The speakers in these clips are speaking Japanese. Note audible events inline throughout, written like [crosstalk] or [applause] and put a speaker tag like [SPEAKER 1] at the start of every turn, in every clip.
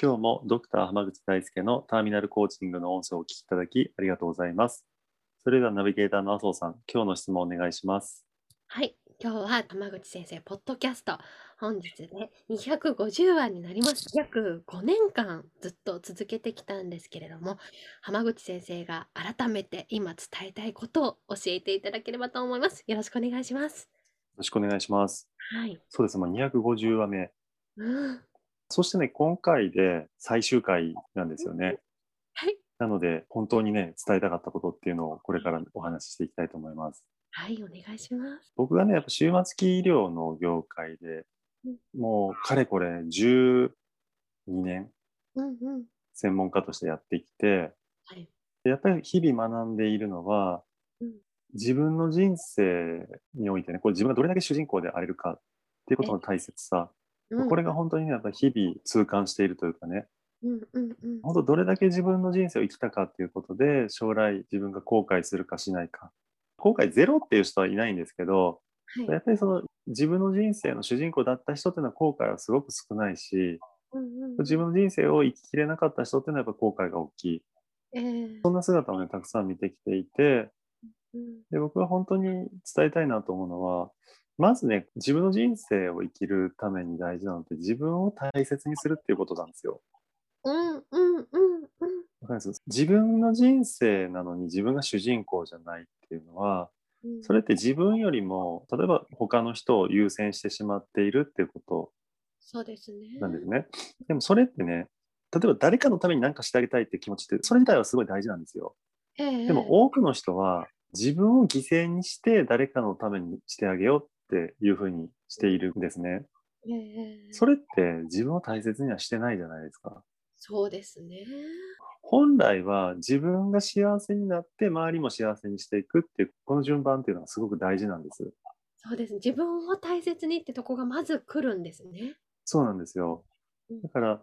[SPEAKER 1] 今日もドクター浜口大輔のターミナルコーチングの音声をお聞きいただきありがとうございます。それではナビゲーターの麻生さん、今日の質問お願いします。
[SPEAKER 2] はい今日は浜口先生ポッドキャスト本日ね250話になります約5年間ずっと続けてきたんですけれども浜口先生が改めて今伝えたいことを教えていただければと思いますよろしくお願いします
[SPEAKER 1] よろしくお願いします。
[SPEAKER 2] はい、
[SPEAKER 1] そうです、もう250話目。
[SPEAKER 2] うん、
[SPEAKER 1] そしてね、今回で最終回なんですよね。
[SPEAKER 2] はい
[SPEAKER 1] なので、本当にね、伝えたかったことっていうのをこれからお話ししていきたいと思います。
[SPEAKER 2] はいお願いします
[SPEAKER 1] 僕がね、やっぱ終末期医療の業界で
[SPEAKER 2] うん、
[SPEAKER 1] もうかれこれ12年
[SPEAKER 2] うんうん
[SPEAKER 1] 専門家としてやってきて、
[SPEAKER 2] はい
[SPEAKER 1] でやっぱり日々学んでいるのは、
[SPEAKER 2] うん
[SPEAKER 1] 自分の人生においてねこう自分がどれだけ主人公であれるかっていうことの大切さ、
[SPEAKER 2] うん
[SPEAKER 1] これが本当にねやっぱ日々痛感しているというかね
[SPEAKER 2] うんうんうん
[SPEAKER 1] 本当どれだけ自分の人生を生きたかっていうことで将来自分が後悔するかしないか後悔ゼロっていう人はいないんですけど、
[SPEAKER 2] はい
[SPEAKER 1] やっぱりその自分の人生の主人公だった人っていうのは後悔はすごく少ないし
[SPEAKER 2] うんうん
[SPEAKER 1] 自分の人生を生ききれなかった人っていうのはやっぱ後悔が大きい
[SPEAKER 2] えー
[SPEAKER 1] そんな姿をねたくさん見てきていて
[SPEAKER 2] うん
[SPEAKER 1] で僕は本当に伝えたいなと思うのはまずね自分の人生を生きるために大事なのって自分を大切にするっていうことなんですよ。
[SPEAKER 2] うんうんうんうん
[SPEAKER 1] わかります自分の人生なのに自分が主人公じゃないっていうのは
[SPEAKER 2] うん
[SPEAKER 1] それって自分よりも例えば他の人を優先してしまっているっていうこと
[SPEAKER 2] そうですね
[SPEAKER 1] なんですね。でもそれってね例えば誰かのために何かしてあげたいっていう気持ちってそれ自体はすごい大事なんですよ。
[SPEAKER 2] えー
[SPEAKER 1] でも多くの人は自分を犠牲にして誰かのためにしてあげようっていうふうにしているんですね。
[SPEAKER 2] えー
[SPEAKER 1] それって自分を大切にはしてないじゃないですか。
[SPEAKER 2] そうですね
[SPEAKER 1] 本来は自分が幸せになって周りも幸せにしていくっていうこの順番っていうのがすごく大事なんです。
[SPEAKER 2] そうですね自分を大切にってとこがまず来るんですね
[SPEAKER 1] そうなんですよ
[SPEAKER 2] うん。
[SPEAKER 1] だから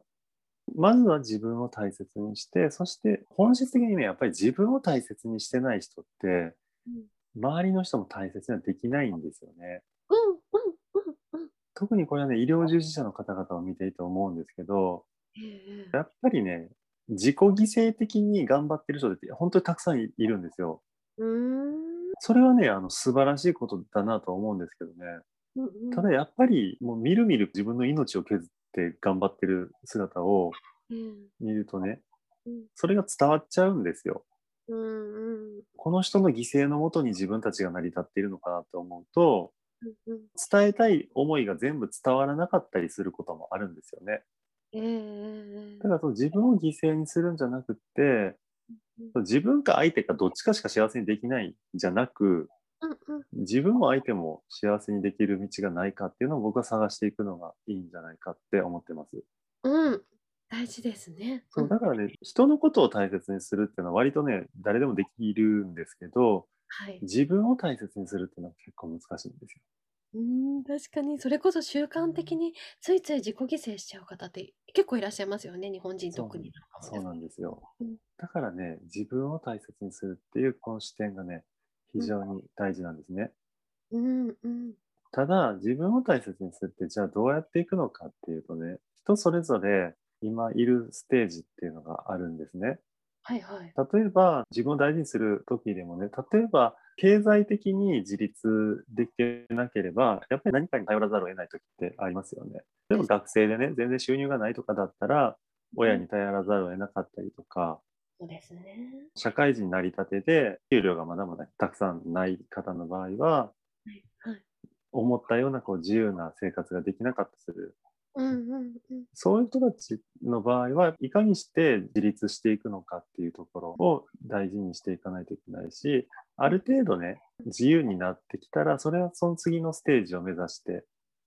[SPEAKER 1] まずは自分を大切にしてそして本質的にねやっぱり自分を大切にしてない人って
[SPEAKER 2] うん
[SPEAKER 1] 周りの人も大切にはできないんですよね。
[SPEAKER 2] うんうんうんうん
[SPEAKER 1] 特にこれはね、医療従事者の方々を見ていて思うんですけど、
[SPEAKER 2] えー
[SPEAKER 1] やっぱりね、自己犠牲的に頑張ってる人って本当にたくさんいいるんですよ。
[SPEAKER 2] うーん
[SPEAKER 1] それはね、あの素晴らしいことだなと思うんですけどね。
[SPEAKER 2] うんうん
[SPEAKER 1] ただやっぱり、もうみるみる自分の命を削って頑張ってる姿を
[SPEAKER 2] えー
[SPEAKER 1] 見るとね
[SPEAKER 2] うん、
[SPEAKER 1] それが伝わっちゃうんですよ。
[SPEAKER 2] うんうん
[SPEAKER 1] この人の犠牲のもとに自分たちが成り立っているのかなと思うと、
[SPEAKER 2] うんうん
[SPEAKER 1] 伝えたい思いが全部伝わらなかったりすることもあるんですよね。
[SPEAKER 2] えー
[SPEAKER 1] だからその自分を犠牲にするんじゃなくて
[SPEAKER 2] うん
[SPEAKER 1] 自分か相手かどっちかしか幸せにできないんじゃなく
[SPEAKER 2] うんうん
[SPEAKER 1] 自分も相手も幸せにできる道がないかっていうのを僕は探していくのがいいんじゃないかって思ってます。
[SPEAKER 2] うん大事ですね
[SPEAKER 1] そうだからね人のことを大切にするっていうのは割とね誰でもできるんですけど
[SPEAKER 2] はい
[SPEAKER 1] 自分を大切にするっていうのは結構難しいんですよ。
[SPEAKER 2] うーん、確かにそれこそ習慣的についつい自己犠牲しちゃう方って結構いらっしゃいますよね日本人
[SPEAKER 1] そう
[SPEAKER 2] 特に
[SPEAKER 1] そうなんですよ
[SPEAKER 2] うん。
[SPEAKER 1] だからね自分を大切にするっていうこの視点がね非常に大事なんですね。
[SPEAKER 2] うんうん
[SPEAKER 1] ただ自分を大切にするってじゃあどうやっていくのかっていうとね人それぞれ今いるステージっていうのがあるんですね。
[SPEAKER 2] はいはい
[SPEAKER 1] 例えば自分を大事にする時でもね例えば経済的に自立できてなければやっぱり何かに頼らざるを得ない時ってありますよね。でも学生でね全然収入がないとかだったら親に頼らざるを得なかったりとか、
[SPEAKER 2] そうですね
[SPEAKER 1] 社会人になりたてで給料がまだまだたくさんない方の場合は
[SPEAKER 2] はいはい
[SPEAKER 1] 思ったようなこう自由な生活ができなかったりする
[SPEAKER 2] うんうんうん
[SPEAKER 1] そういう人たちの場合はいかにして自立していくのかっていうところを大事にしていかないといけないしある程度ね自由になってきたらそれはその次のステージを目指して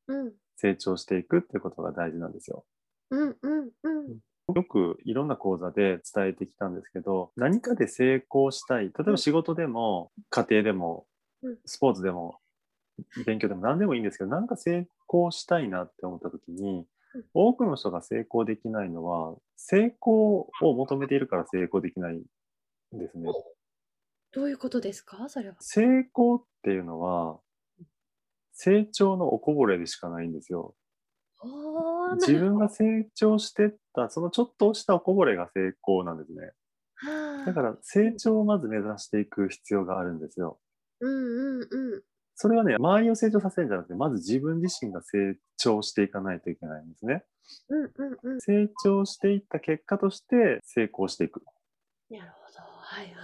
[SPEAKER 2] うん
[SPEAKER 1] 成長していくっていうことが大事なんですよ。
[SPEAKER 2] うんうんうん
[SPEAKER 1] よくいろんな講座で伝えてきたんですけど何かで成功したい例えば仕事でも家庭でも
[SPEAKER 2] うん
[SPEAKER 1] スポーツでも勉強でも何でもいいんですけど何か成功したいなって思った時に
[SPEAKER 2] うん
[SPEAKER 1] 多くの人が成功できないのは成功を求めているから成功できないんですね。
[SPEAKER 2] どういうことですかそれは
[SPEAKER 1] 成功っていうのは成長のおこぼれでしかないんですよ。
[SPEAKER 2] あーな
[SPEAKER 1] 自
[SPEAKER 2] るほど
[SPEAKER 1] 分が成長してったそのちょっとしたおこぼれが成功なんですね。
[SPEAKER 2] あー
[SPEAKER 1] だから成長をまず目指していく必要があるんですよ。
[SPEAKER 2] うんうんうん
[SPEAKER 1] それはね、周りを成長させるんじゃなくて、まず自分自身が成長していかないといけないんですね。
[SPEAKER 2] うんうんうん
[SPEAKER 1] 成長していった結果として成功していく。
[SPEAKER 2] なるほどはいはい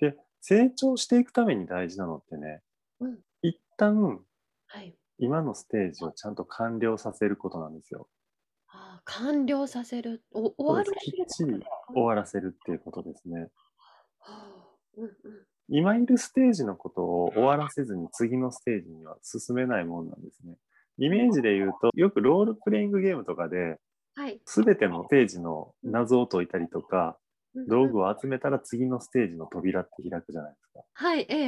[SPEAKER 1] で、成長していくために大事なのってね、
[SPEAKER 2] うん
[SPEAKER 1] 一旦
[SPEAKER 2] はい
[SPEAKER 1] 今のステージをちゃんと完了させることなんですよ。
[SPEAKER 2] あー完了させるお終わ
[SPEAKER 1] そ
[SPEAKER 2] る
[SPEAKER 1] うですきっちり終わらせるっていうことですね。
[SPEAKER 2] はあうんうん
[SPEAKER 1] 今いるステージのことを終わらせずに次のステージには進めないもんなんですね。イメージで言うと、よくロールプレイングゲームとかで、
[SPEAKER 2] はい
[SPEAKER 1] すべてのステージの謎を解いたりとか、
[SPEAKER 2] うんうん
[SPEAKER 1] 道具を集めたら次のステージの扉って開くじゃないですか。
[SPEAKER 2] はいえええええ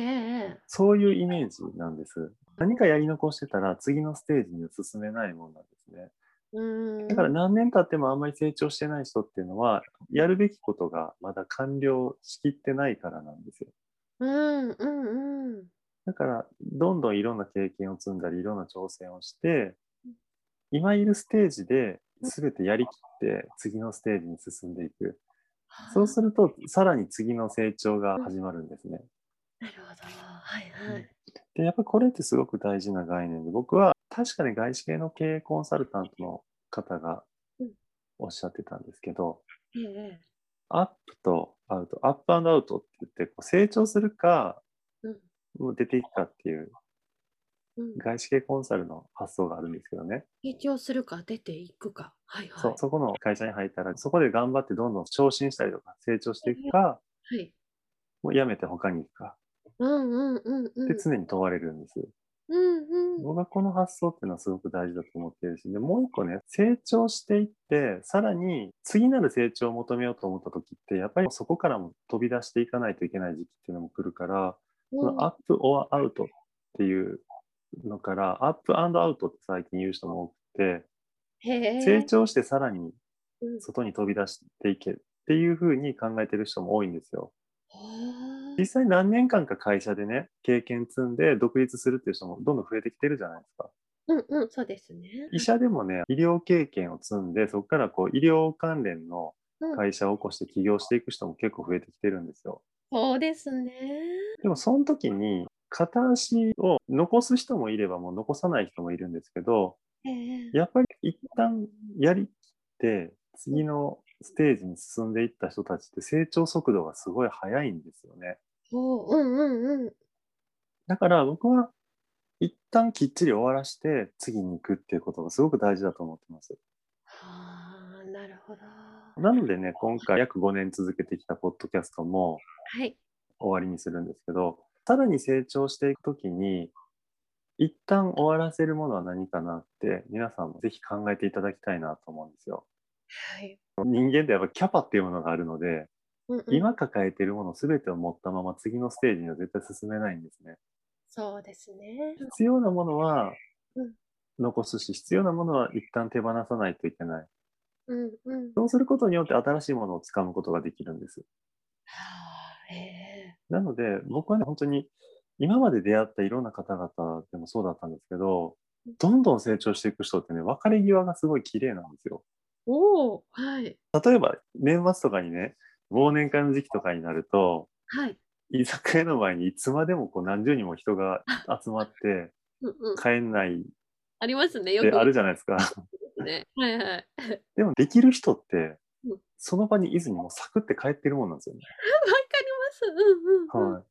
[SPEAKER 2] え
[SPEAKER 1] そういうイメージなんです。何かやり残してたら次のステージには進めないもんなんですね。
[SPEAKER 2] うーん
[SPEAKER 1] だから何年経ってもあんまり成長してない人っていうのは、やるべきことがまだ完了しきってないからなんですよ。
[SPEAKER 2] うんうんうん
[SPEAKER 1] だから、どんどんいろんな経験を積んだり、いろんな挑戦をして、今いるステージで全てやりきって、次のステージに進んでいく。そうすると、さらに次の成長が始まるんですね。
[SPEAKER 2] なるほどはいはい
[SPEAKER 1] で、やっぱりこれってすごく大事な概念で、僕は確かに外資系の経営コンサルタントの方が
[SPEAKER 2] うん
[SPEAKER 1] おっしゃってたんですけど、
[SPEAKER 2] ええええ
[SPEAKER 1] アップとアウト、アップアンドアウトって言って、こう成長するか、
[SPEAKER 2] うん
[SPEAKER 1] もう出ていくかっていう、
[SPEAKER 2] うん
[SPEAKER 1] 外資系コンサルの発想があるんですけどね。
[SPEAKER 2] 成長するか出ていくかはいはい
[SPEAKER 1] そうそこの会社に入ったら、そこで頑張ってどんどん昇進したりとか成長していくか、
[SPEAKER 2] はい
[SPEAKER 1] もう辞めて他に行くか、
[SPEAKER 2] うんうんうんうん
[SPEAKER 1] で常に問われるんです。
[SPEAKER 2] うんうん
[SPEAKER 1] 僕はこの発想っていうのはすごく大事だと思っているし、でもう一個ね、成長していって、さらに次なる成長を求めようと思った時って、やっぱりそこからも飛び出していかないといけない時期っていうのも来るから、そのアップ・オア・アウトっていうのから、アップ・アンド・アウトって最近言う人も多くて、
[SPEAKER 2] へえ
[SPEAKER 1] 成長してさらに
[SPEAKER 2] うん
[SPEAKER 1] 外に飛び出していけっていうふうに考えてる人も多いんですよ。
[SPEAKER 2] へえ
[SPEAKER 1] 実際何年間か会社でね、経験積んで独立するっていう人もどんどん増えてきてるじゃないですか。
[SPEAKER 2] うんうんそうですね
[SPEAKER 1] 医者でもね、医療経験を積んで、そこからこう医療関連の
[SPEAKER 2] うん
[SPEAKER 1] 会社を起こして起業していく人も結構増えてきてるんですよ。
[SPEAKER 2] そうですね
[SPEAKER 1] でもその時に片足を残す人もいればもう残さない人もいるんですけど、
[SPEAKER 2] ええ
[SPEAKER 1] やっぱり一旦やりきって、次のステージに進んでいった人たちって成長速度がすごい速いんですよね。
[SPEAKER 2] おううんうんうん
[SPEAKER 1] だから僕は一旦きっちり終わらして次に行くっていうことがすごく大事だと思ってます。
[SPEAKER 2] はあなるほどは
[SPEAKER 1] なのでね、今回約5年続けてきたポッドキャストも
[SPEAKER 2] い
[SPEAKER 1] 終わりにするんですけど、さらに成長していくときに、一旦終わらせるものは何かなって皆さんもぜひ考えていただきたいなと思うんですよ。
[SPEAKER 2] はい
[SPEAKER 1] 人間ってやっぱキャパっていうものがあるので、
[SPEAKER 2] うんうん
[SPEAKER 1] 今抱えているもの全てを持ったまま次のステージには絶対進めないんですね。
[SPEAKER 2] そうですね
[SPEAKER 1] 必要なものは
[SPEAKER 2] うん
[SPEAKER 1] 残すし、必要なものは一旦手放さないといけない。
[SPEAKER 2] うんうん
[SPEAKER 1] そうすることによって新しいものをつかむことができるんです。
[SPEAKER 2] はあええ
[SPEAKER 1] なので、僕はね、本当に今まで出会ったいろんな方々でもそうだったんですけど、どんどん成長していく人ってね、別れ際がすごい綺麗なんですよ。
[SPEAKER 2] おおはい
[SPEAKER 1] 例えば、年末とかにね、忘年会の時期とかになると、
[SPEAKER 2] はい
[SPEAKER 1] 居酒屋の前にいつまでもこう何十人も人が集まって、
[SPEAKER 2] うんうん
[SPEAKER 1] 帰んないっ
[SPEAKER 2] ありますねよ
[SPEAKER 1] て
[SPEAKER 2] く
[SPEAKER 1] あるじゃないで
[SPEAKER 2] [laughs]
[SPEAKER 1] すか。
[SPEAKER 2] ねはいはい
[SPEAKER 1] でもできる人って
[SPEAKER 2] うん、
[SPEAKER 1] その場にいずにもうサクって帰ってるもんなんですよね。
[SPEAKER 2] わかります。うんうん、うん
[SPEAKER 1] はい。っ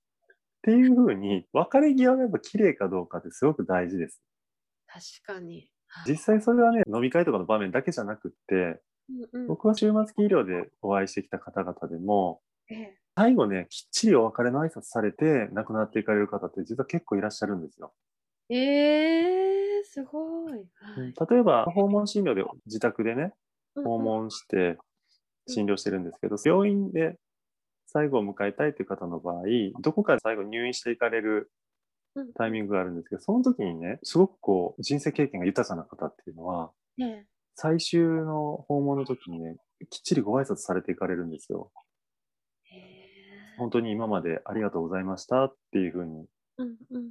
[SPEAKER 1] ていうふうに、別れ際がやっぱ綺麗かどうかってすごく大事です。
[SPEAKER 2] 確かに。
[SPEAKER 1] 実際それはね、飲み会とかの場面だけじゃなくって、
[SPEAKER 2] うんうん
[SPEAKER 1] 僕は週末期医療でお会いしてきた方々でも、
[SPEAKER 2] ええ
[SPEAKER 1] 最後ね、きっちりお別れの挨拶されて亡くなっていかれる方って実は結構いらっしゃるんですよ。
[SPEAKER 2] ええ
[SPEAKER 3] ー、すごい。はい。
[SPEAKER 1] 例えば訪問診療で自宅でね訪
[SPEAKER 3] うん
[SPEAKER 1] 問して診療してるんですけど病院で最後を迎えたいという方の場合どこかで最後入院していかれる
[SPEAKER 3] うん
[SPEAKER 1] タイミングがあるんですけどその時にねすごくこう人生経験が豊かな方っていうのは
[SPEAKER 3] ね
[SPEAKER 1] 最終の訪問の時にねきっちりご挨拶されていかれるんですよ。
[SPEAKER 3] え
[SPEAKER 1] 本当に今までありがとうございましたっていうふうに
[SPEAKER 3] うんうんうん。
[SPEAKER 1] おっ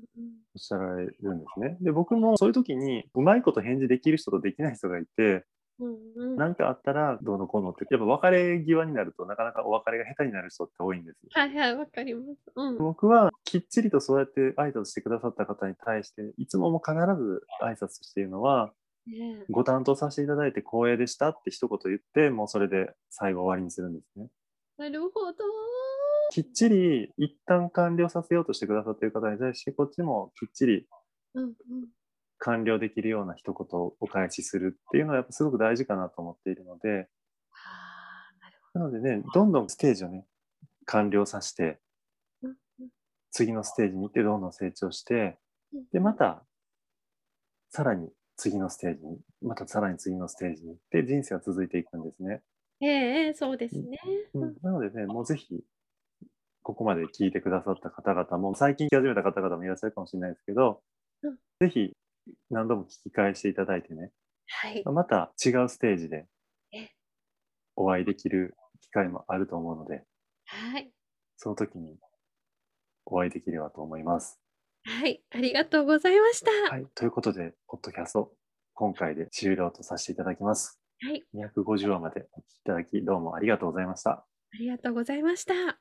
[SPEAKER 1] しゃられるんですね。で僕もそういう時にうまいこと返事できる人とできない人がいて
[SPEAKER 3] うんうん。は
[SPEAKER 1] 何かあったらどうのこうのってやっぱ別れ際になるとなかなかお別れが下手になる人って多いんです。
[SPEAKER 3] いはい、わかります。うん。
[SPEAKER 1] 僕はきっちりとそうやって挨拶してくださった方に対していつもも必ず挨拶しているのは
[SPEAKER 3] ね
[SPEAKER 1] ご担当させていただいて光栄でしたって一言言ってもうそれで最後終わりにするんですね。
[SPEAKER 3] なるほど。
[SPEAKER 1] きっちり一旦完了させようとしてくださっている方に対してこっちもきっちり
[SPEAKER 3] うんうん。
[SPEAKER 1] 完了できるような一言をお返しするっていうのはやっぱすごく大事かなと思っているので
[SPEAKER 3] はあ、なる
[SPEAKER 1] なのでねどんどんステージをね完了させて
[SPEAKER 3] うんうん
[SPEAKER 1] 次のステージに行ってどんどん成長して
[SPEAKER 3] ほど。
[SPEAKER 1] でまたさらに次のステージにまたさらに次のステージに行って人生は続いていくんですね、
[SPEAKER 3] ええええそうですね。
[SPEAKER 1] う
[SPEAKER 3] うん
[SPEAKER 1] ん、なのでねもうぜひここまで聞いてくださった方々も最近聞き始めた方々もいらっしゃるかもしれないですけど、
[SPEAKER 3] うん
[SPEAKER 1] ぜひ何度も聞き返していただいてね
[SPEAKER 3] はい。
[SPEAKER 1] また違うステージで
[SPEAKER 3] え
[SPEAKER 1] お会いできる機会もあると思うので、
[SPEAKER 3] はい。
[SPEAKER 1] その時にお会いできればと思います。
[SPEAKER 3] はい。ありがとうございました。
[SPEAKER 1] はい。ということで、ポッドキャスト、今回で終了とさせていただきます。
[SPEAKER 3] はい。
[SPEAKER 1] 250話までお聞きいただき、どうもありがとうございました。
[SPEAKER 3] ありがとうございました。